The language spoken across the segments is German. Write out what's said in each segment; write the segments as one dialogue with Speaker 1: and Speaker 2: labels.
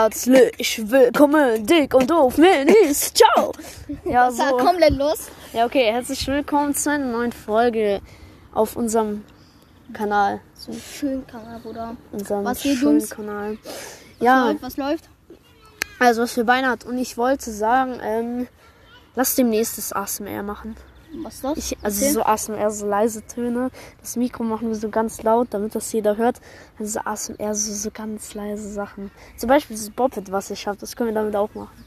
Speaker 1: Herzlich willkommen, dick und doof, Minis, ciao! Ja,
Speaker 2: Das war
Speaker 1: so.
Speaker 2: komplett los.
Speaker 1: Ja, okay, herzlich willkommen zu einer neuen Folge auf unserem Kanal. Zu
Speaker 2: Schön, Kanal, Bruder.
Speaker 1: unserem
Speaker 2: Was geht,
Speaker 1: schönen
Speaker 2: Jungs?
Speaker 1: Kanal. Ja,
Speaker 2: Läuft, was läuft?
Speaker 1: also was für Weihnachten. Und ich wollte sagen, ähm, lass demnächst das ASMR machen.
Speaker 2: Was ist das?
Speaker 1: Ich, also
Speaker 2: Okay.
Speaker 1: so ASMR, so leise Töne. Das Mikro machen wir so ganz laut, damit das jeder hört. Also so ASMR, so, so ganz leise Sachen. Zum Beispiel dieses Bobbit, was ich habe, das können wir damit auch machen.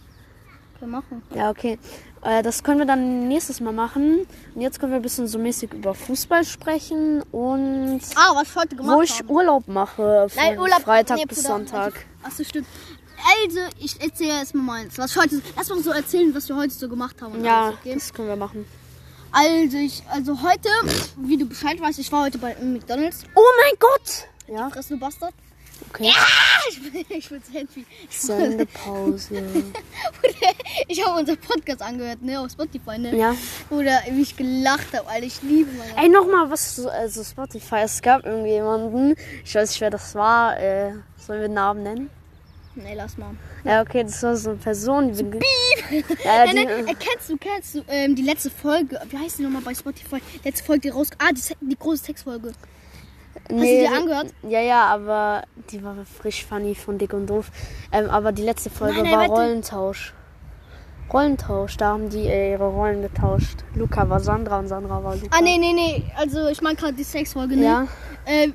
Speaker 2: Wir machen.
Speaker 1: Ja, okay. Äh, das können wir dann nächstes Mal machen. Und jetzt können wir ein bisschen so mäßig über Fußball sprechen und
Speaker 2: Ah, was ich heute gemacht
Speaker 1: wo ich
Speaker 2: habe.
Speaker 1: Urlaub mache. Von
Speaker 2: Nein, Urlaub-
Speaker 1: Freitag
Speaker 2: nee,
Speaker 1: bis
Speaker 2: Bruder,
Speaker 1: Sonntag.
Speaker 2: Achso, stimmt. Also, ich erzähle jetzt mal meins. Was ich heute so, lass mal so erzählen, was wir heute so gemacht haben. und
Speaker 1: ja,
Speaker 2: alles, okay?
Speaker 1: das können wir machen.
Speaker 2: Also, ich, also heute, wie du Bescheid weißt, ich war heute bei McDonalds.
Speaker 1: Oh mein Gott! Ja,
Speaker 2: Fress du Bastard.
Speaker 1: okay.
Speaker 2: Ich bin, ich bin Selfie.
Speaker 1: Sendepause.
Speaker 2: Ich habe unseren Podcast angehört, ne, auf Spotify, ne?
Speaker 1: ja.
Speaker 2: Oder wie ich gelacht habe, Alter. Ich liebe meine.
Speaker 1: Ey, nochmal was zu also Spotify. Es gab irgendjemanden, ich weiß nicht, wer das war. Äh, sollen wir den Namen nennen?
Speaker 2: Nee, lass mal.
Speaker 1: Ja, okay, das war so eine Person. Die, ja,
Speaker 2: Nein, nein,
Speaker 1: die,
Speaker 2: äh, kennst du, kennst du ähm, die letzte Folge? Wie heißt die nochmal bei Spotify? Letzte Folge, die raus. Ah, die, Se- die große Textfolge.
Speaker 1: nee,
Speaker 2: dir angehört?
Speaker 1: Ja, ja, aber die war frisch funny von Dick und Doof. Ähm, aber die letzte Folge
Speaker 2: Nein, nein,
Speaker 1: war
Speaker 2: warte.
Speaker 1: Rollentausch. Rollentausch, da haben die äh, ihre Rollen getauscht. Luca war Sandra und Sandra war Luca.
Speaker 2: Ah, nee, nee, nee. Also, ich meine gerade die Sexfolge, ne?
Speaker 1: Ja,
Speaker 2: Äh, äh,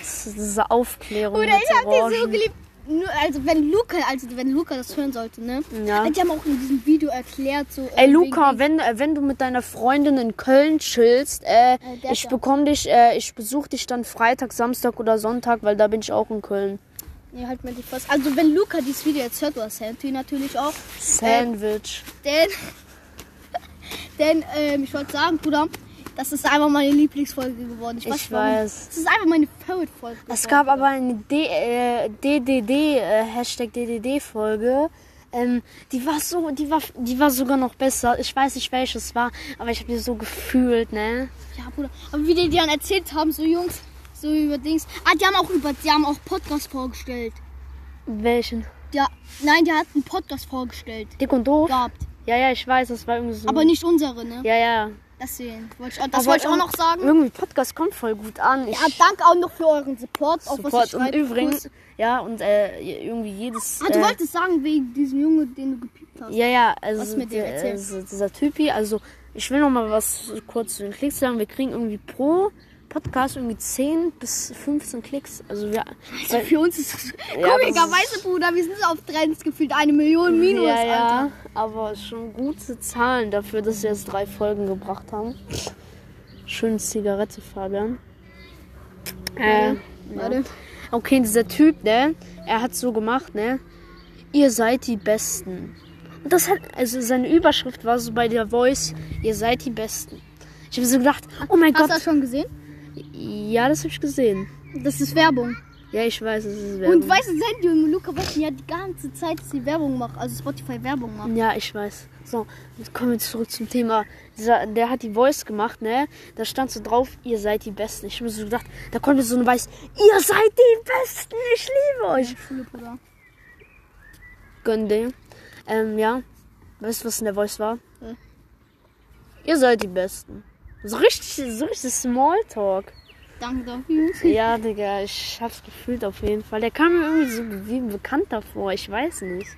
Speaker 1: das ist diese Aufklärung.
Speaker 2: oder
Speaker 1: mit
Speaker 2: ich hab die so
Speaker 1: Orangen.
Speaker 2: geliebt. Nur, also, wenn Luca, also, wenn Luca das hören sollte, ne?
Speaker 1: Ja.
Speaker 2: Die haben auch in diesem Video erklärt, so. äh,
Speaker 1: Ey,
Speaker 2: wegen-
Speaker 1: Luca, wenn, äh, wenn du mit deiner Freundin in Köln chillst, äh,
Speaker 2: der
Speaker 1: ich
Speaker 2: da.
Speaker 1: bekomme dich, äh, ich besuche dich dann Freitag, Samstag oder Sonntag, weil da bin ich auch in Köln.
Speaker 2: Nee, halt mir die Fresse. Also, wenn Luca dieses Video jetzt hört, oder Santi natürlich auch.
Speaker 1: Sandwich.
Speaker 2: Denn, denn ähm, ich wollte sagen, Bruder, das ist einfach meine Lieblingsfolge geworden. Ich,
Speaker 1: Ich
Speaker 2: nicht, warum.
Speaker 1: weiß.
Speaker 2: Das ist einfach meine Favorite-Folge.
Speaker 1: Es
Speaker 2: geworden,
Speaker 1: gab
Speaker 2: Bruder.
Speaker 1: aber eine D, äh, DDD, äh, Hashtag DDD-Folge. Ähm, die war so, die war, die war sogar noch besser. Ich weiß nicht, welches war, aber ich habe die so gefühlt, ne?
Speaker 2: Ja, Bruder. Aber wie die, die dann erzählt haben, so Jungs, so über Dings. Ah, die haben auch über, die haben auch Podcast vorgestellt.
Speaker 1: Welchen?
Speaker 2: Ja, nein, die hatten Podcast vorgestellt.
Speaker 1: Dick und doof?
Speaker 2: Gehabt.
Speaker 1: Ja, ja, ich weiß, das war irgendwie so.
Speaker 2: Aber nicht unsere, ne?
Speaker 1: Ja, ja.
Speaker 2: Deswegen. Wollte ich, auch- das
Speaker 1: Aber
Speaker 2: wollte ich auch
Speaker 1: irg-
Speaker 2: noch sagen.
Speaker 1: Irgendwie Podcast kommt voll gut an. Ich
Speaker 2: Ja, danke auch noch für euren Support. Auch was
Speaker 1: Support
Speaker 2: ihr
Speaker 1: und
Speaker 2: schreibt.
Speaker 1: übrigens,
Speaker 2: Grüße.
Speaker 1: ja, und äh, irgendwie jedes.
Speaker 2: Ah, du
Speaker 1: äh,
Speaker 2: wolltest sagen, wegen diesem Junge, den du gepiept hast.
Speaker 1: ja, ja, also
Speaker 2: Was mit dem?
Speaker 1: der,
Speaker 2: Erzähl.
Speaker 1: also dieser Typi, also ich will noch mal was kurz zu den Klicks sagen. Wir kriegen irgendwie pro Podcast irgendwie 10 bis 15 Klicks. Also wir
Speaker 2: Also für uns ist das
Speaker 1: Ja,
Speaker 2: komischerweise, Bruder, wir sind so auf Trends gefühlt eine Million Minus,
Speaker 1: ja,
Speaker 2: Alter.
Speaker 1: ja, aber schon gute Zahlen dafür, dass wir jetzt drei Folgen gebracht haben. Schöne Zigarette, Fabian. Äh,
Speaker 2: Warte.
Speaker 1: Okay, dieser Typ, ne? Er hat so gemacht, ne? Ihr seid die Besten. Und das hat, also seine Überschrift war so bei der Voice, ihr seid die Besten. Ich habe so gedacht, oh mein
Speaker 2: Hast du
Speaker 1: Gott.
Speaker 2: das schon gesehen?
Speaker 1: Ja, das habe ich gesehen.
Speaker 2: Das ist Werbung.
Speaker 1: Ja, ich weiß, es ist Werbung.
Speaker 2: Und weißt du, Sandy und Luca wollten ja die ganze Zeit, dass die Werbung macht, also Spotify Werbung macht.
Speaker 1: Ja, ich weiß. So, jetzt kommen wir zurück zum Thema. Dieser, der hat die Voice gemacht, ne? Da stand so drauf, ihr seid die Besten. Ich habe mir so gedacht, da kommt mir so eine Weiß, ihr seid die Besten, ich liebe euch.
Speaker 2: Schule, Bruder.
Speaker 1: Gönn dir. Ähm, ja. Weißt du, was in der Voice war?
Speaker 2: Hm.
Speaker 1: Ihr seid die Besten. So richtig, so richtig Smalltalk.
Speaker 2: Danke dafür.
Speaker 1: Ja, Digga, ich hab's gefühlt auf jeden Fall. Der kam mir irgendwie so wie ein Bekannter vor, ich weiß nicht.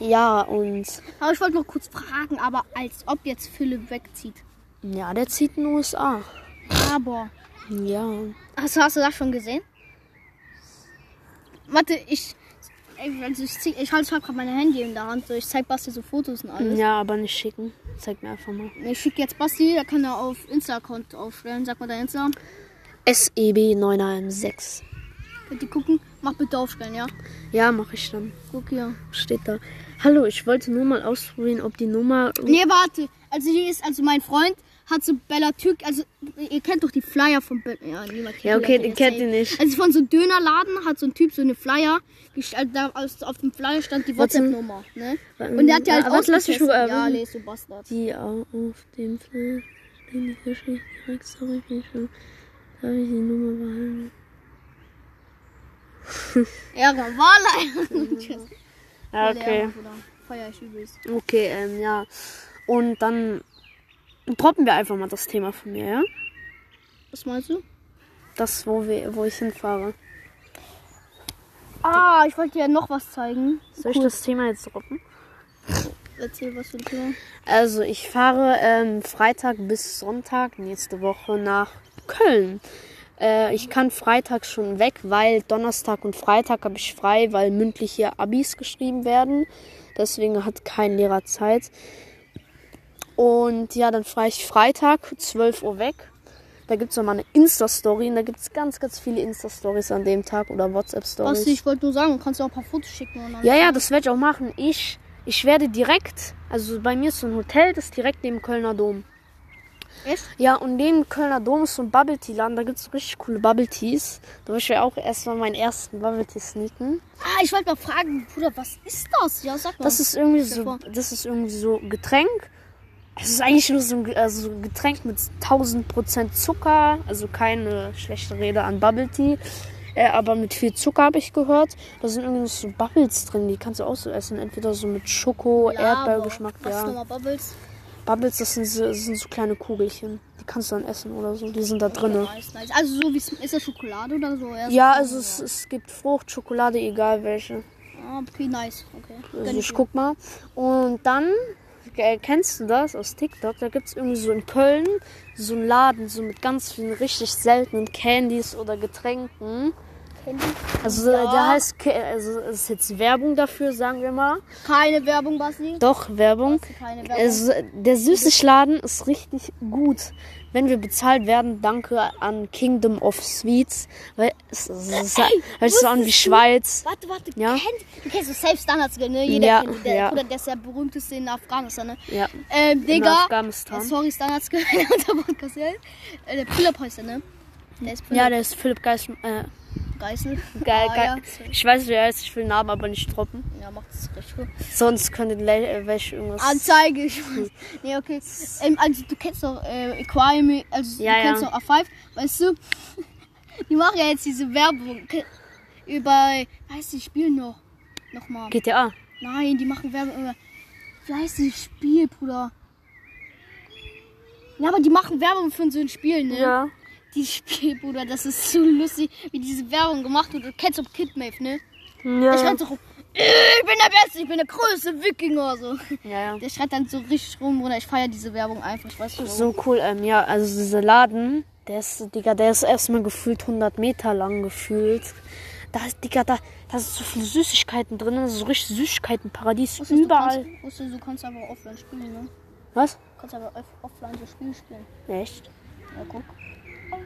Speaker 1: Ja, und.
Speaker 2: Aber ich wollte noch kurz fragen, aber als ob jetzt Philipp wegzieht.
Speaker 1: Ja, der zieht in den USA.
Speaker 2: Aber.
Speaker 1: Ja.
Speaker 2: Achso, hast du das schon gesehen? Warte, ich. ey, Also ich zieh- ich halte gerade mein Handy in der Hand, so ich zeig Basti so Fotos und alles.
Speaker 1: Ja, aber nicht schicken. Zeig mir einfach mal.
Speaker 2: Ich schicke jetzt Basti, da kann er auf Insta-Account aufstellen. Sag mal dein Insta.
Speaker 1: E SEB916.
Speaker 2: Könnt ihr gucken? Mach bitte aufstellen, ja?
Speaker 1: Ja, mach ich dann.
Speaker 2: Guck hier.
Speaker 1: Steht da. Hallo, ich wollte nur mal ausprobieren, ob die Nummer.
Speaker 2: Nee, warte. Also hier ist, also mein Freund hat so Bella Türk, also ihr kennt doch die Flyer von Bella. Ja, niemand kennt
Speaker 1: Ja, okay,
Speaker 2: die
Speaker 1: den kennt ihr nicht.
Speaker 2: Also von so einem Dönerladen hat so ein Typ so eine Flyer, gest- also da aus- auf dem Flyer stand die
Speaker 1: Warte.
Speaker 2: WhatsApp-Nummer, ne? Und der hat die halt
Speaker 1: Ja, Äh, warte, lass ähm. mich
Speaker 2: ausgetestet.
Speaker 1: mal-
Speaker 2: Ja, lese, du Bastard.
Speaker 1: Die au- auf dem Feld stehen die Fische direkt zurück. Ich schon- Darf ich die Nummer behalten?
Speaker 2: Ärger, Wahlei. Tschüss.
Speaker 1: Ja,
Speaker 2: Voll
Speaker 1: okay.
Speaker 2: Ärger, Bruder. Feier ich übelst.
Speaker 1: Okay, ähm, ja. Und dann droppen wir einfach mal das Thema von mir, ja?
Speaker 2: Was meinst du?
Speaker 1: Das, wo, wir, wo ich hinfahre.
Speaker 2: Ah, ich wollte dir noch was zeigen.
Speaker 1: Soll ich das Thema jetzt droppen?
Speaker 2: Erzähl was für ein Thema.
Speaker 1: Also, ich fahre ähm, Freitag bis Sonntag nächste Woche nach Köln. Äh, ich kann Freitag schon weg, weil Donnerstag und Freitag habe ich frei, weil mündliche Abis geschrieben werden. Deswegen hat kein Lehrer Zeit. Und ja, dann fahre ich Freitag 12 Uhr weg. Da gibt es nochmal eine Insta-Story und da gibt es ganz, ganz viele Insta-Stories an dem Tag oder WhatsApp-Stories.
Speaker 2: Basti, ich wollte nur sagen, du kannst dir auch ein paar Fotos schicken. Und dann
Speaker 1: Ja, ja, das werde ich auch machen. Ich, ich werde direkt, also bei mir ist so ein Hotel, das ist direkt neben Kölner Dom.
Speaker 2: Echt?
Speaker 1: Ja, und neben Kölner Dom ist so ein Bubble Tea Laden, da gibt es richtig coole Bubble Teas. Da will ich ja auch erstmal meinen ersten Bubble Tea sneaken.
Speaker 2: Ah, ich wollte mal fragen, Bruder, was ist das? Ja, sag mal.
Speaker 1: Das ist irgendwie
Speaker 2: Stell
Speaker 1: so,
Speaker 2: vor.
Speaker 1: das ist irgendwie so Getränk. Es ist eigentlich nur so ein Ge- also so ein Getränk mit 1000% Zucker, also keine schlechte Rede an Bubble Tea. Äh, aber mit viel Zucker habe ich gehört. Da sind irgendwie so Bubbles drin, die kannst du auch so essen. Entweder so mit Schoko,
Speaker 2: Ja,
Speaker 1: Erdbeergeschmack.
Speaker 2: aber
Speaker 1: Ja.
Speaker 2: Was nochmal Bubbles?
Speaker 1: Bubbles, das sind, so- das sind so kleine Kugelchen. Die kannst du dann essen oder so. Die sind da drinne.
Speaker 2: Nice, nice. Also so wie es- ist das Schokolade oder so? Erst
Speaker 1: Ja, also es, es gibt Frucht, Schokolade, egal welche.
Speaker 2: Ah, okay, nice. Okay.
Speaker 1: Also
Speaker 2: Gönn
Speaker 1: ich
Speaker 2: dir.
Speaker 1: guck mal. Und dann, äh, kennst du das aus TikTok? Da gibt es irgendwie so in Köln so einen Laden, so mit ganz vielen richtig seltenen Candies oder Getränken. Also
Speaker 2: Ja.
Speaker 1: der heißt, Ca- also es ist jetzt Werbung dafür, sagen wir mal.
Speaker 2: Keine Werbung, Basti.
Speaker 1: Doch, Werbung.
Speaker 2: Keine Werbung.
Speaker 1: Also, der Süßigladen ist richtig gut. Wenn wir bezahlt werden, danke an Kingdom of Sweets. Weil es, es, es hört sich so an wie Schweiz.
Speaker 2: Warte, warte,
Speaker 1: Ja.
Speaker 2: kennt, du kennst so Safe Standards, ne? Jeder
Speaker 1: Ja,
Speaker 2: kennt die. der,
Speaker 1: ja.
Speaker 2: Bruder, der ist der berühmteste in Afghanistan, ne?
Speaker 1: Ja.
Speaker 2: Ähm, Digga,
Speaker 1: Afghanistan.
Speaker 2: äh, sorry, Standards, ne? unser Podcast, ne? Äh, der Philipp heißt er, ne? Der ist Philipp
Speaker 1: Ja, der ist Philipp Geisel. Äh,
Speaker 2: Geisel.
Speaker 1: Geil,
Speaker 2: ah,
Speaker 1: geil.
Speaker 2: Ja.
Speaker 1: Ich weiß, wie er heißt. Ich will den Namen aber nicht droppen.
Speaker 2: ja, macht das richtig gut.
Speaker 1: Sonst könnte le- äh, welche irgendwas.
Speaker 2: Anzeige, ich weiß. Nee, okay. Ähm, also, du kennst doch äh, Aquarium, also
Speaker 1: Ja,
Speaker 2: du kennst
Speaker 1: ja.
Speaker 2: doch A5, weißt du? Die machen ja jetzt diese Werbung ke- über, weißt du, die spielen noch. Nochmal.
Speaker 1: GTA.
Speaker 2: Nein, die machen Werbung über. Wie heißt dieses Spiel, Bruder? Ja, aber die machen Werbung für so ein Spiel, ne? Dieses Spiel, Bruder, das ist so lustig, wie diese Werbung gemacht wird. Du kennst doch Kidmave, ne? Der
Speaker 1: Ja.
Speaker 2: schreit so rum. äh, Ich bin der Beste, ich bin der größte Wikinger, so.
Speaker 1: ja, ja.
Speaker 2: Der schreit dann so richtig rum, Bruder. Ich feiere diese Werbung einfach, ich weiß nicht warum.
Speaker 1: So cool. Ähm, ja, also dieser Laden, der ist, Digga, der ist erstmal gefühlt 100 Meter lang gefühlt. Da ist, Digga, da, da sind so viele Süßigkeiten drin. Das ist so richtig Süßigkeitenparadies.
Speaker 2: Wusstest du,
Speaker 1: Überall.
Speaker 2: kannst- Wusstest du, du kannst aber offline spielen, ne?
Speaker 1: Was?
Speaker 2: Du kannst aber off- offline so Spiele spielen.
Speaker 1: Echt?
Speaker 2: Ja, guck.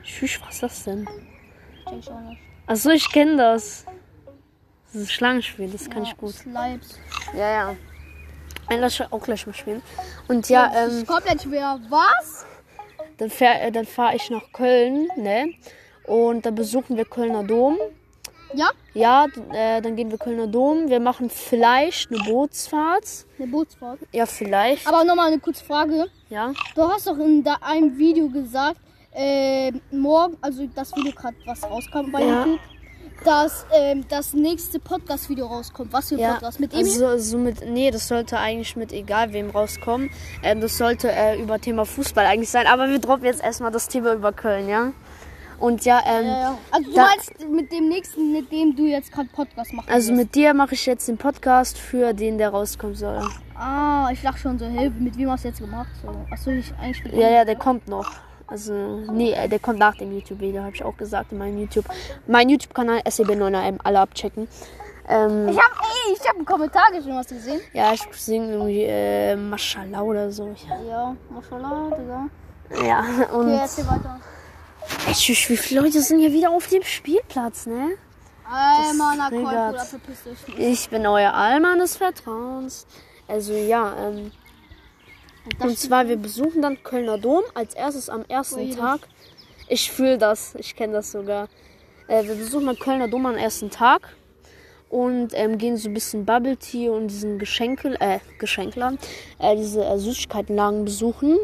Speaker 1: Schüch, was ist das denn?
Speaker 2: Check ich ne? auch nicht.
Speaker 1: Achso, ich kenne das. Das ist Schlangenspiel, das kann
Speaker 2: ja,
Speaker 1: ich gut.
Speaker 2: Slides.
Speaker 1: Ja, ja. Ein lass ich auch gleich mal spielen. Und ja,
Speaker 2: Das
Speaker 1: ähm,
Speaker 2: ist komplett schwer. Was?
Speaker 1: dann fahre äh, dann fahr ich nach Köln, ne? Und dann besuchen wir Kölner Dom.
Speaker 2: Ja?
Speaker 1: Ja, d- äh, dann gehen wir Kölner Dom. Wir machen vielleicht eine Bootsfahrt.
Speaker 2: Eine Bootsfahrt.
Speaker 1: Ja, vielleicht.
Speaker 2: Aber nochmal eine kurze Frage.
Speaker 1: ja.
Speaker 2: Du hast doch in da einem Video gesagt, ähm, morgen, also das Video gerade, was rauskam bei
Speaker 1: Ja.
Speaker 2: YouTube, dass ähm, das nächste Podcast-Video rauskommt. Was für ein
Speaker 1: ja.
Speaker 2: Podcast? Mit Emil?
Speaker 1: also, so mit, nee, das sollte eigentlich mit egal wem rauskommen. Ähm, das sollte äh, über Thema Fußball eigentlich sein. Aber wir droppen jetzt erstmal das Thema über Köln, ja? Und ja, ähm,
Speaker 2: ja, ja. Also du
Speaker 1: da-
Speaker 2: meinst mit dem nächsten, mit dem du jetzt gerade Podcast machst.
Speaker 1: also mit dir mache ich jetzt den Podcast für den, der rauskommen soll.
Speaker 2: Ah, ich lach schon so, hey, mit wem hast du jetzt gemacht? So. Achso, ich eigentlich mit
Speaker 1: Ja, ja, der kommt noch. Also, nee, äh, der kommt nach dem YouTube-Video, habe ich auch gesagt in meinem YouTube. Mein YouTube-Kanal E SEB9AM, alle abchecken. Ähm,
Speaker 2: Ich hab, ey, ich hab einen Kommentar geschrieben, hast du gesehen?
Speaker 1: ja, ich singe irgendwie äh, Maschallah oder so.
Speaker 2: Ja, Mashallah, Digga.
Speaker 1: Ja, und
Speaker 2: Okay, erzähl weiter.
Speaker 1: Ey, tschüss, wie viele Leute sind hier wieder auf dem Spielplatz, ne?
Speaker 2: Einmal nach Köln,
Speaker 1: triggert.
Speaker 2: Bruder, verpiss dich.
Speaker 1: Ich bin euer Allmann des Vertrauens. Also ja, ähm, und zwar, wir besuchen dann Kölner Dom als erstes am ersten
Speaker 2: Ui.
Speaker 1: Tag. Ich fühle das, ich kenne das sogar. Äh, wir besuchen dann Kölner Dom am ersten Tag und ähm, gehen so ein bisschen Bubble Tea und diesen Geschenkel, äh, Geschenkladen, äh, diese äh, Süßigkeitenladen besuchen.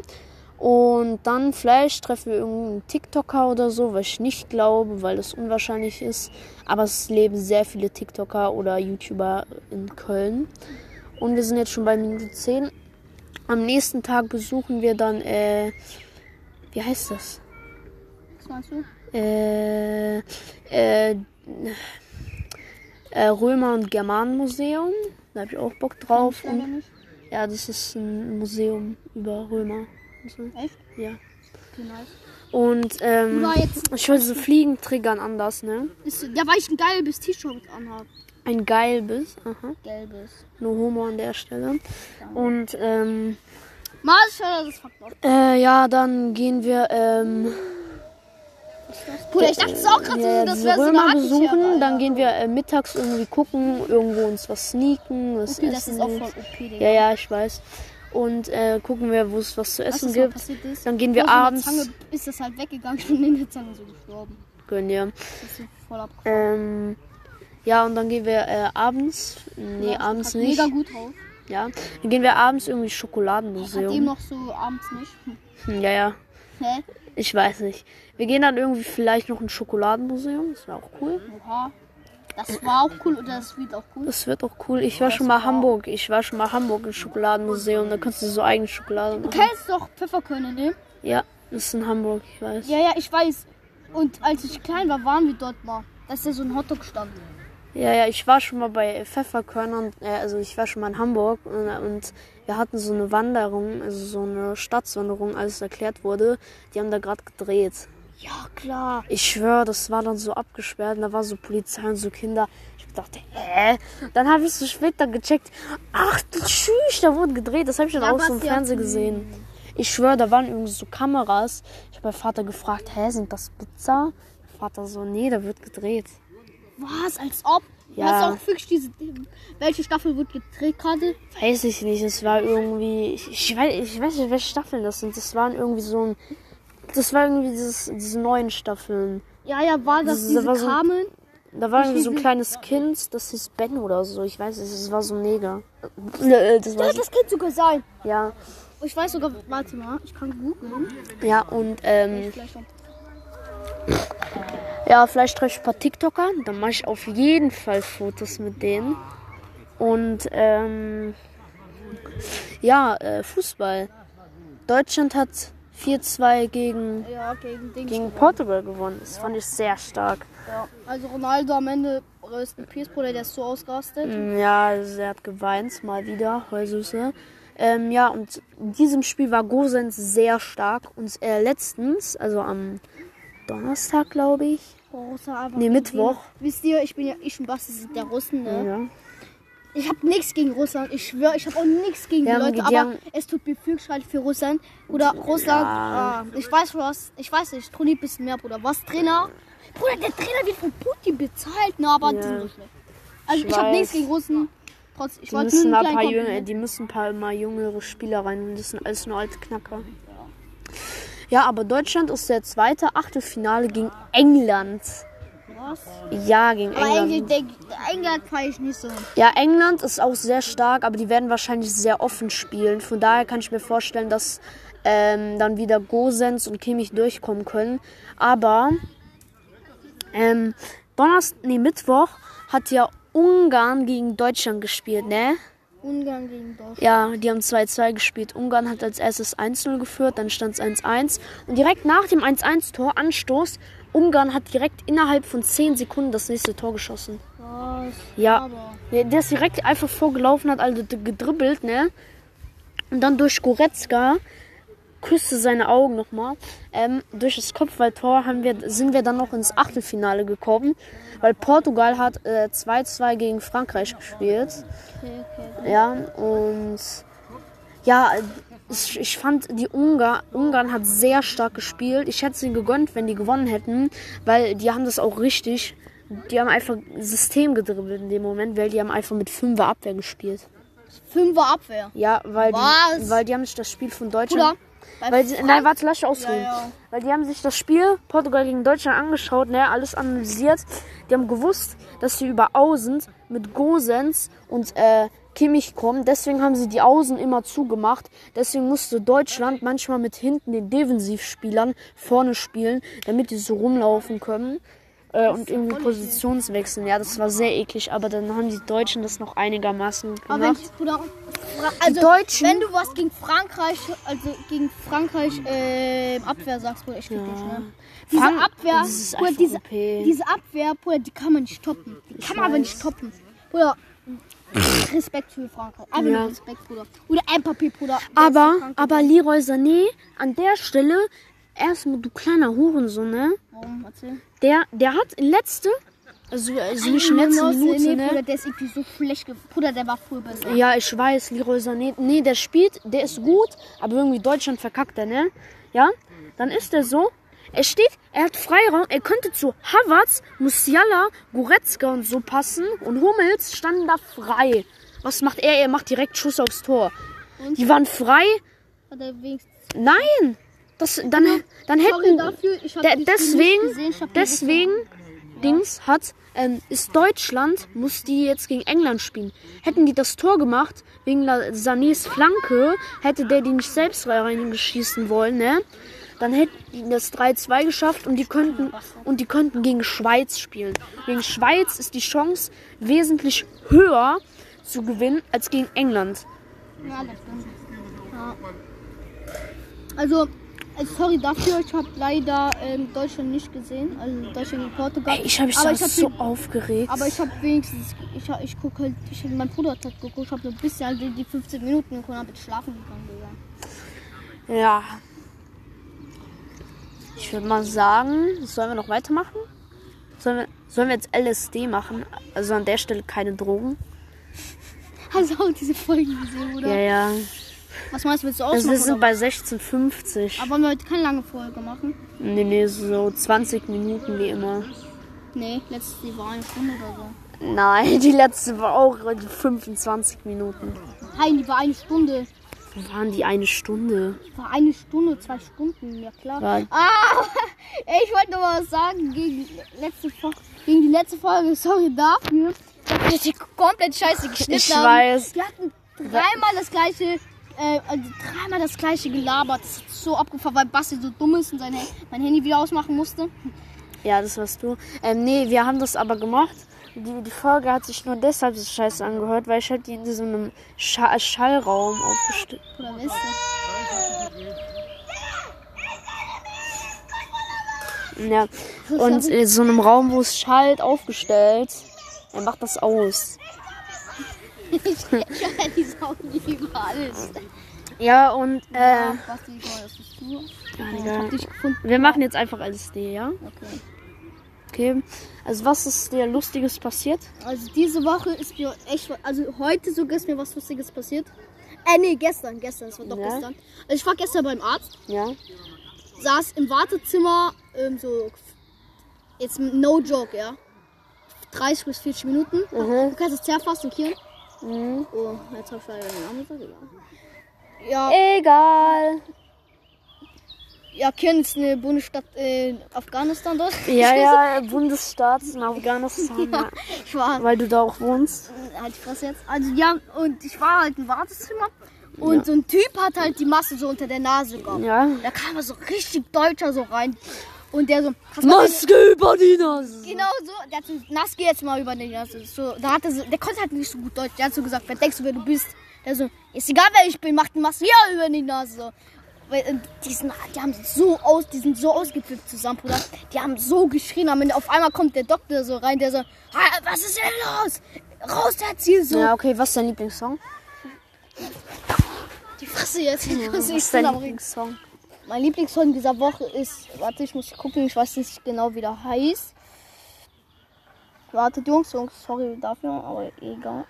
Speaker 1: Und dann vielleicht treffen wir irgendeinen TikToker oder so, was ich nicht glaube, weil das unwahrscheinlich ist. Aber es leben sehr viele TikToker oder YouTuber in Köln. Und wir sind jetzt schon bei Minute 10. Am nächsten Tag besuchen wir dann, äh, wie heißt das?
Speaker 2: Was meinst du?
Speaker 1: Äh, äh, äh, Römer- und Germanenmuseum. Da habe ich auch Bock drauf.
Speaker 2: Leider
Speaker 1: Und,
Speaker 2: nicht.
Speaker 1: ja, das ist ein Museum über Römer. und so.
Speaker 2: Echt?
Speaker 1: Ja.
Speaker 2: Okay, nice.
Speaker 1: Und ähm,
Speaker 2: Oder jetzt-
Speaker 1: ich wollte so Fliegen triggern anders, ne?
Speaker 2: Ist, ja, weil ich ein gelbes T-Shirt anhab.
Speaker 1: Ein geil bist. Aha.
Speaker 2: Gelbes.
Speaker 1: Nur Homo an der Stelle. Und ähm,
Speaker 2: Marshall, das fuckt ab.
Speaker 1: äh, ja, dann gehen wir ähm,
Speaker 2: Bruder, ich dachte es auch gerade,
Speaker 1: ja,
Speaker 2: so, das
Speaker 1: diese
Speaker 2: wäre so eine
Speaker 1: Römer
Speaker 2: Art
Speaker 1: besuchen. Dann gehen wir äh, mittags irgendwie gucken, irgendwo uns was sneaken, was
Speaker 2: Okay,
Speaker 1: essen.
Speaker 2: das ist auch voll
Speaker 1: gehen.
Speaker 2: OP, Digga.
Speaker 1: ja, ja, ich weiß. Und äh, gucken wir, wo es was zu
Speaker 2: Was
Speaker 1: essen
Speaker 2: das mal
Speaker 1: gibt.
Speaker 2: passiert ist.
Speaker 1: Dann gehen wir
Speaker 2: Wo ich mit der
Speaker 1: abends-
Speaker 2: Zange ist das halt weggegangen und in der Zange so gestorben.
Speaker 1: Gönn dir.
Speaker 2: Das ist so voll abgefahren.
Speaker 1: Ähm, ja, und dann gehen wir äh, abends. Nee,
Speaker 2: Ja,
Speaker 1: abends
Speaker 2: hat
Speaker 1: nicht.
Speaker 2: Mega gut drauf.
Speaker 1: Ja. Dann gehen wir abends irgendwie
Speaker 2: Hat eben
Speaker 1: Schokoladenmuseum.
Speaker 2: noch so abends nicht. Hm.
Speaker 1: Hm, ja, ja.
Speaker 2: Hä?
Speaker 1: Ich weiß nicht. Wir gehen dann irgendwie vielleicht noch ein Schokoladenmuseum. Das wäre auch cool.
Speaker 2: Oha. Das war auch cool oder das wird auch cool.
Speaker 1: Das wird auch cool. Ich war schon mal Hamburg. Ich war schon mal Hamburg im Schokoladenmuseum. Da kannst du so eigene Schokolade
Speaker 2: Du
Speaker 1: machen.
Speaker 2: kennst doch Pfefferkörner, ne?
Speaker 1: Ja, das ist in Hamburg, ich weiß.
Speaker 2: Ja, ja, ich weiß. Und als ich klein war, waren wir dort mal. Da ist ja so ein Hotdog stand.
Speaker 1: Ja, ja, ich war schon mal bei Pfefferkörnern. Äh, also ich war schon mal in Hamburg und, und wir hatten so eine Wanderung, also so eine Stadtwanderung, als es erklärt wurde. Die haben da gerade gedreht.
Speaker 2: Ja, klar.
Speaker 1: Ich schwöre, das war dann so abgesperrt und da war so Polizei und so Kinder. Ich dachte, äh. Dann habe ich so später gecheckt. Ach du Tschüss, da wurde gedreht. Das habe ich dann
Speaker 2: Da
Speaker 1: auch so im
Speaker 2: war's ja-
Speaker 1: Fernsehen gesehen. Ich schwöre, da waren irgendwie so Kameras. Ich habe meinen Vater gefragt, hä, sind das Pizza? Mein Vater so, nee, da wird gedreht.
Speaker 2: Was? Als ob?
Speaker 1: Ja.
Speaker 2: Ja. Was auch wirklich diese. Welche Staffel wird gedreht gerade?
Speaker 1: Weiß ich nicht, es war irgendwie. Ich, ich, weiß, ich weiß nicht, welche Staffeln das sind. Das waren irgendwie so ein. Das war irgendwie dieses, diese neuen Staffeln.
Speaker 2: Ja, ja, war das,
Speaker 1: Das
Speaker 2: diese
Speaker 1: war so-
Speaker 2: Carmen?
Speaker 1: Da war irgendwie so ein kleines Kind, das hieß Ben oder so. Ich weiß nicht, es war so ein Neger. Äh, Das war
Speaker 2: Ja,
Speaker 1: so,
Speaker 2: das könnte sogar sein.
Speaker 1: ja.
Speaker 2: Ich weiß sogar, warte mal, ich kann googeln.
Speaker 1: Ja, und ähm,
Speaker 2: Vielleicht noch-
Speaker 1: ja, vielleicht treffe ich ein paar TikToker. Dann mache ich auf jeden Fall Fotos mit denen. Und ähm, ja, äh, Fußball. Deutschland hat 4-2 gegen
Speaker 2: Ja, gegen Dings.
Speaker 1: gegen Portugal gewonnen. Das fand ich sehr stark.
Speaker 2: ja. Also Ronaldo am Ende, Rösten Pierce, Bruder, der ist so ausgerastet.
Speaker 1: Ja, also er hat geweint, mal wieder, Heulsüße. Ähm, ja, und in diesem Spiel war Gosens sehr stark. Und äh, letztens, also am Donnerstag, glaube ich.
Speaker 2: Rosa einfach
Speaker 1: Nee,
Speaker 2: gegen
Speaker 1: Mittwoch. Mhm.
Speaker 2: den- Wisst ihr, ich bin ja, ich und Basti sind der Russen, ne?
Speaker 1: Ja.
Speaker 2: Ich habe nichts gegen Russland. Ich schwöre, ich habe auch nichts gegen die
Speaker 1: Ja,
Speaker 2: Leute.
Speaker 1: die
Speaker 2: Aber
Speaker 1: haben-
Speaker 2: es tut mir viel Schreid für Russland. Oder Russland. Ah, ich weiß was. Ich weiß nicht. Trulli bist mehr, Bruder. Was, Trainer? Bruder, der Trainer wird von Putin bezahlt. Na, aber die sind so schlecht. Also,
Speaker 1: Ich
Speaker 2: ich, habe
Speaker 1: weiß.
Speaker 2: nichts gegen Russen. Trotz, ich
Speaker 1: Die
Speaker 2: wollte nur
Speaker 1: müssen,
Speaker 2: einen
Speaker 1: da ein
Speaker 2: kleinen
Speaker 1: paar jüngere,
Speaker 2: Kompliment-
Speaker 1: die müssen ein paar mal jüngere Spieler rein. Das sind alles nur alte Knacker. Ja, aber Deutschland ist der zweite Achtelfinale gegen England.
Speaker 2: Was?
Speaker 1: Ja, gegen
Speaker 2: Aber
Speaker 1: England.
Speaker 2: England, der- England feiere ich nicht so.
Speaker 1: Ja, England ist auch sehr stark, aber die werden wahrscheinlich sehr offen spielen. Von daher kann ich mir vorstellen, dass ähm, dann wieder Gosens und Kimmich durchkommen können. Aber ähm, Donnerstag, nee, Mittwoch hat ja Ungarn gegen Deutschland gespielt, ne?
Speaker 2: Ungarn gegen Deutschland.
Speaker 1: Ja, die haben 2-2 gespielt. Ungarn hat als erstes 1-0 geführt, dann stand es 1-1. Und direkt nach dem 1-1-Tor, Anstoß, Ungarn hat direkt innerhalb von 10 Sekunden das nächste Tor geschossen.
Speaker 2: Was?
Speaker 1: Ja.
Speaker 2: Aber.
Speaker 1: Ja, der ist direkt einfach vorgelaufen, hat also gedribbelt, ne? Und dann durch Goretzka küsste seine Augen nochmal. Ähm, durch das Kopfballtor haben wir, sind wir dann noch ins Achtelfinale gekommen, weil Portugal hat äh, 2-2 gegen Frankreich gespielt.
Speaker 2: Okay, okay.
Speaker 1: Ja, und ja, ich, ich fand, die Ungar, Ungarn hat sehr stark gespielt. Ich hätte es ihnen gegönnt, wenn die gewonnen hätten, weil die haben das auch richtig. Die haben einfach System gedribbelt in dem Moment, weil die haben einfach mit Fünfer Abwehr gespielt.
Speaker 2: Fünfer Abwehr.
Speaker 1: Ja, weil die,
Speaker 2: Was?
Speaker 1: weil die haben sich das Spiel von Deutschland.
Speaker 2: Bruder. bei
Speaker 1: Weil die, nein,
Speaker 2: Frank-
Speaker 1: warte, lass mich ausreden.
Speaker 2: Ja, ja.
Speaker 1: Weil die haben sich das Spiel Portugal gegen Deutschland angeschaut, ne, alles analysiert. Die haben gewusst, dass sie über Außen mit Gosens und äh, Kimmich kommen. Deswegen haben sie die Außen immer zugemacht. Deswegen musste Deutschland manchmal mit hinten den Defensivspielern vorne spielen, damit die so rumlaufen können. Äh, und irgendwie Positionswechseln. Ja, das war sehr eklig, aber dann haben die Deutschen das noch einigermaßen
Speaker 2: Aber wenn
Speaker 1: gemacht.
Speaker 2: ich, Bruder, Fra- also,
Speaker 1: Deutschen-
Speaker 2: wenn du was gegen Frankreich, also gegen Frankreich ähm, Abwehr sagst, Bruder, ich krieg dich, ne? Diese
Speaker 1: Frank-
Speaker 2: Abwehr,
Speaker 1: das ist
Speaker 2: Bruder,
Speaker 1: einfach
Speaker 2: diese,
Speaker 1: OP.
Speaker 2: diese Abwehr, Bruder, die kann man nicht toppen. Die kann man aber nicht toppen. Bruder, Respekt für Frankreich. Einfach
Speaker 1: Ja.
Speaker 2: nur Respekt, Bruder. Oder ein Papier, Bruder.
Speaker 1: Aber, aber Leroy Sané, an der Stelle, erstmal du kleiner Hurensohn, ne?
Speaker 2: Warum, erzähl.
Speaker 1: Der, der hat letzte, also, also nicht letzte
Speaker 2: Leroy
Speaker 1: Minute,
Speaker 2: Sané,
Speaker 1: ne?
Speaker 2: Bruder, der ist irgendwie so schlecht. ge- Bruder, der war früher besser.
Speaker 1: Ja, ich weiß, Leroy Sané, nee, der spielt, der ist gut, aber irgendwie Deutschland verkackt er, ne? Ja? Dann ist er so, er steht, er hat Freiraum, er könnte zu Havertz, Musiala, Goretzka und so passen und Hummels standen da frei. Was macht er? Er macht direkt Schuss aufs Tor.
Speaker 2: Und?
Speaker 1: Die waren frei.
Speaker 2: Hat er wenigstens
Speaker 1: Nein! Das, dann, dann
Speaker 2: Sorry
Speaker 1: hätten,
Speaker 2: dafür, ich hab
Speaker 1: Der-
Speaker 2: das Spiel
Speaker 1: deswegen-
Speaker 2: nicht gesehen, ich hab
Speaker 1: Deswegen, Dings hat, ähm, ist Deutschland, muss die jetzt gegen England spielen. Hätten die das Tor gemacht, wegen La- Sanés Flanke, hätte der die nicht selbst reingeschießen wollen, ne? Dann hätten die das 3-2 geschafft und die könnten, und die könnten gegen Schweiz spielen. Gegen Schweiz ist die Chance wesentlich höher zu gewinnen als gegen England.
Speaker 2: Ja, das stimmt. Ja. Also, äh, sorry dafür, ich habe leider ähm, Deutschland nicht gesehen, also Deutschland gegen Portugal.
Speaker 1: Ey, ich habe mich
Speaker 2: aber
Speaker 1: da
Speaker 2: ich hab
Speaker 1: so
Speaker 2: die-
Speaker 1: aufgeregt.
Speaker 2: aber ich habe wenigstens, ich, hab- ich gucke halt, ich, mein Bruder hat halt geguckt, ich habe so ein bisschen halt die 15 Minuten geguckt und habe schlafen gegangen. Digga.
Speaker 1: Ja. Ich würde mal sagen, sollen wir noch weitermachen? Sollen wir, sollen wir jetzt LSD machen? Also an der Stelle keine Drogen.
Speaker 2: Hast du auch diese Folgen gesehen, oder?
Speaker 1: Ja, ja.
Speaker 2: Was meinst du, willst du
Speaker 1: Also
Speaker 2: ausmachen?
Speaker 1: wir sind
Speaker 2: oder?
Speaker 1: bei 16,50.
Speaker 2: Aber wollen wir heute keine lange Folge machen?
Speaker 1: Nee, nee, so 20 Minuten wie immer.
Speaker 2: Nee, letztes die war eine Stunde oder so.
Speaker 1: Nein, die letzte war auch 25 Minuten.
Speaker 2: Nein, die war eine Stunde.
Speaker 1: Wo waren die eine Stunde?
Speaker 2: War eine Stunde, zwei Stunden, ja klar.
Speaker 1: War-
Speaker 2: Ah, ey, ich wollte noch was sagen gegen, letzte Fo- gegen die letzte Folge. Sorry dafür. Das ist ja komplett scheiße geschnitten.
Speaker 1: Ich
Speaker 2: haben.
Speaker 1: weiß.
Speaker 2: Wir hatten dreimal das gleiche, äh, also dreimal das gleiche gelabert. Das ist so abgefahren, weil Basti so dumm ist und sein Handy, mein Handy wieder ausmachen musste.
Speaker 1: Ja, das warst du. Ähm, nee, wir haben das aber gemacht. Die, die Folge hat sich nur deshalb so scheiße angehört, weil ich halt die in so einem Scha Schallraum aufgestellt.
Speaker 2: Oder wer ist das?
Speaker 1: Ja, und in so einem Raum, wo es schallt, aufgestellt. Er macht das aus.
Speaker 2: Ich höre die Sau überall.
Speaker 1: Äh. Ja, und äh,
Speaker 2: Basti, ich das bist du. Ich
Speaker 1: egal.
Speaker 2: hab dich gefunden.
Speaker 1: wir machen jetzt einfach LSD, ja?
Speaker 2: Okay.
Speaker 1: Okay. Also was ist dir Lustiges passiert?
Speaker 2: Also diese Woche ist mir echt, also heute sogar ist mir was Lustiges passiert. Äh, nee, gestern, gestern, es war doch
Speaker 1: Ja.
Speaker 2: gestern. Also ich war gestern beim Arzt,
Speaker 1: Ja.
Speaker 2: saß im Wartezimmer, ähm, so, jetzt no joke, ja. 30 bis 40 Minuten. Du kannst das Zerfassen hier.
Speaker 1: Mhm.
Speaker 2: Oh, jetzt hab ich leider den Namen gesagt, egal. Ja,
Speaker 1: Egal.
Speaker 2: ja, Kirn ist eine Bundesstadt in Afghanistan dort.
Speaker 1: Ja, ja, Bundesstaat in Afghanistan, ja.
Speaker 2: Ich war
Speaker 1: weil du da auch wohnst.
Speaker 2: halt die Fresse jetzt. Also ja, und ich war halt im Wartezimmer und so ein Typ hat halt die Masse so unter der Nase gehabt.
Speaker 1: Ja.
Speaker 2: Da kam er so richtig Deutscher so rein und der so, hast du-
Speaker 1: Maske über die Nase.
Speaker 2: Genau so, der hat so, nass geh jetzt mal über den Nase. So, da hat er so, der konnte halt nicht so gut Deutsch. Der hat so gesagt, wer denkst du, wer du bist? Der so, ist egal wer ich bin, mach die Maske hier über die Nase. So. Weil, äh, Die, sind, die haben so aus, die sind so ausgeflippt zusammen, Bruder. Die haben so geschrien. Am Ende auf einmal kommt der Doktor so rein, der so, "Ah, was ist denn los? Raus jetzt hier so.
Speaker 1: Ja, okay, was ist dein Lieblingssong?
Speaker 2: Die Fresse jetzt. Die
Speaker 1: Hm, Was
Speaker 2: Fresse, ich
Speaker 1: ist
Speaker 2: bin
Speaker 1: dein
Speaker 2: am Regen.
Speaker 1: Lieblingssong?
Speaker 2: Mein Lieblingssong dieser Woche ist. Warte, ich muss gucken, ich weiß nicht genau, wie der heißt. Wartet, Jungs, Jungs, sorry dafür, aber egal.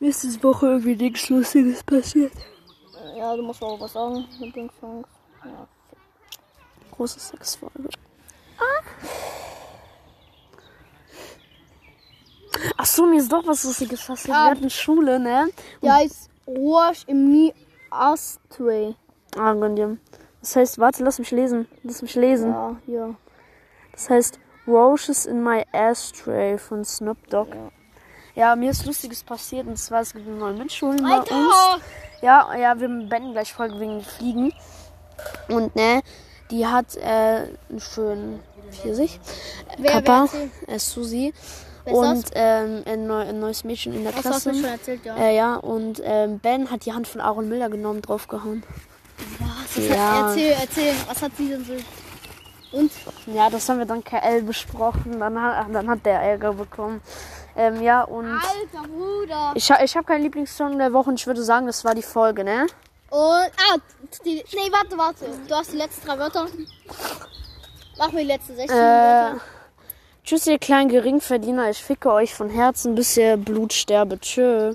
Speaker 1: Mir ist diese Woche irgendwie nichts Lustiges passiert.
Speaker 2: Ja, du musst auch was sagen. Lieblingssongs. Ja.
Speaker 1: Große Sexfolge. Ah. Ach so, mir ist doch was Lustiges passiert.
Speaker 2: Ah.
Speaker 1: Wir hatten Schule, ne?
Speaker 2: Der heißt Ruach Emi Astray.
Speaker 1: Ah, Gott, ja. Das heißt, warte, lass mich lesen. Lass mich lesen.
Speaker 2: Ja, hier.
Speaker 1: Das heißt, Roaches in my ashtray von Snoop Dogg. Ja, Ja, mir ist Lustiges passiert und zwar es gibt einen neuen Mitschüler bei uns.
Speaker 2: Alter!
Speaker 1: Ja, ja, wir beenden gleich Folge wegen Fliegen. Und ne, die hat äh, einen schönen Pfirsich.
Speaker 2: Wer-
Speaker 1: Kappa,
Speaker 2: wer erzählt?
Speaker 1: äh, Susi.
Speaker 2: Wer ist
Speaker 1: und ähm, ein, neu, ein neues Mädchen in der
Speaker 2: Das hast
Speaker 1: Klasse.
Speaker 2: du schon erzählt, ja.
Speaker 1: Äh, ja, und ähm, Ben hat die Hand von Aaron Miller genommen, draufgehauen.
Speaker 2: Was?
Speaker 1: Ja.
Speaker 2: Erzähl, erzähl, was hat sie denn so? Und?
Speaker 1: Ja, das haben wir dann KL besprochen. Dann hat, dann hat der Ärger bekommen. Ähm, ja, und
Speaker 2: Alter Bruder!
Speaker 1: ich, ha- ich habe keinen Lieblingssong der Woche und ich würde sagen, das war die Folge, ne?
Speaker 2: Und. Ah! Die, nee, warte, warte. Du hast die letzten drei Wörter. Mach mir die letzten 16
Speaker 1: Äh,
Speaker 2: Wörter.
Speaker 1: tschüss, ihr kleinen Geringverdiener. Ich ficke euch von Herzen, bis ihr Blut sterbe. Tschö.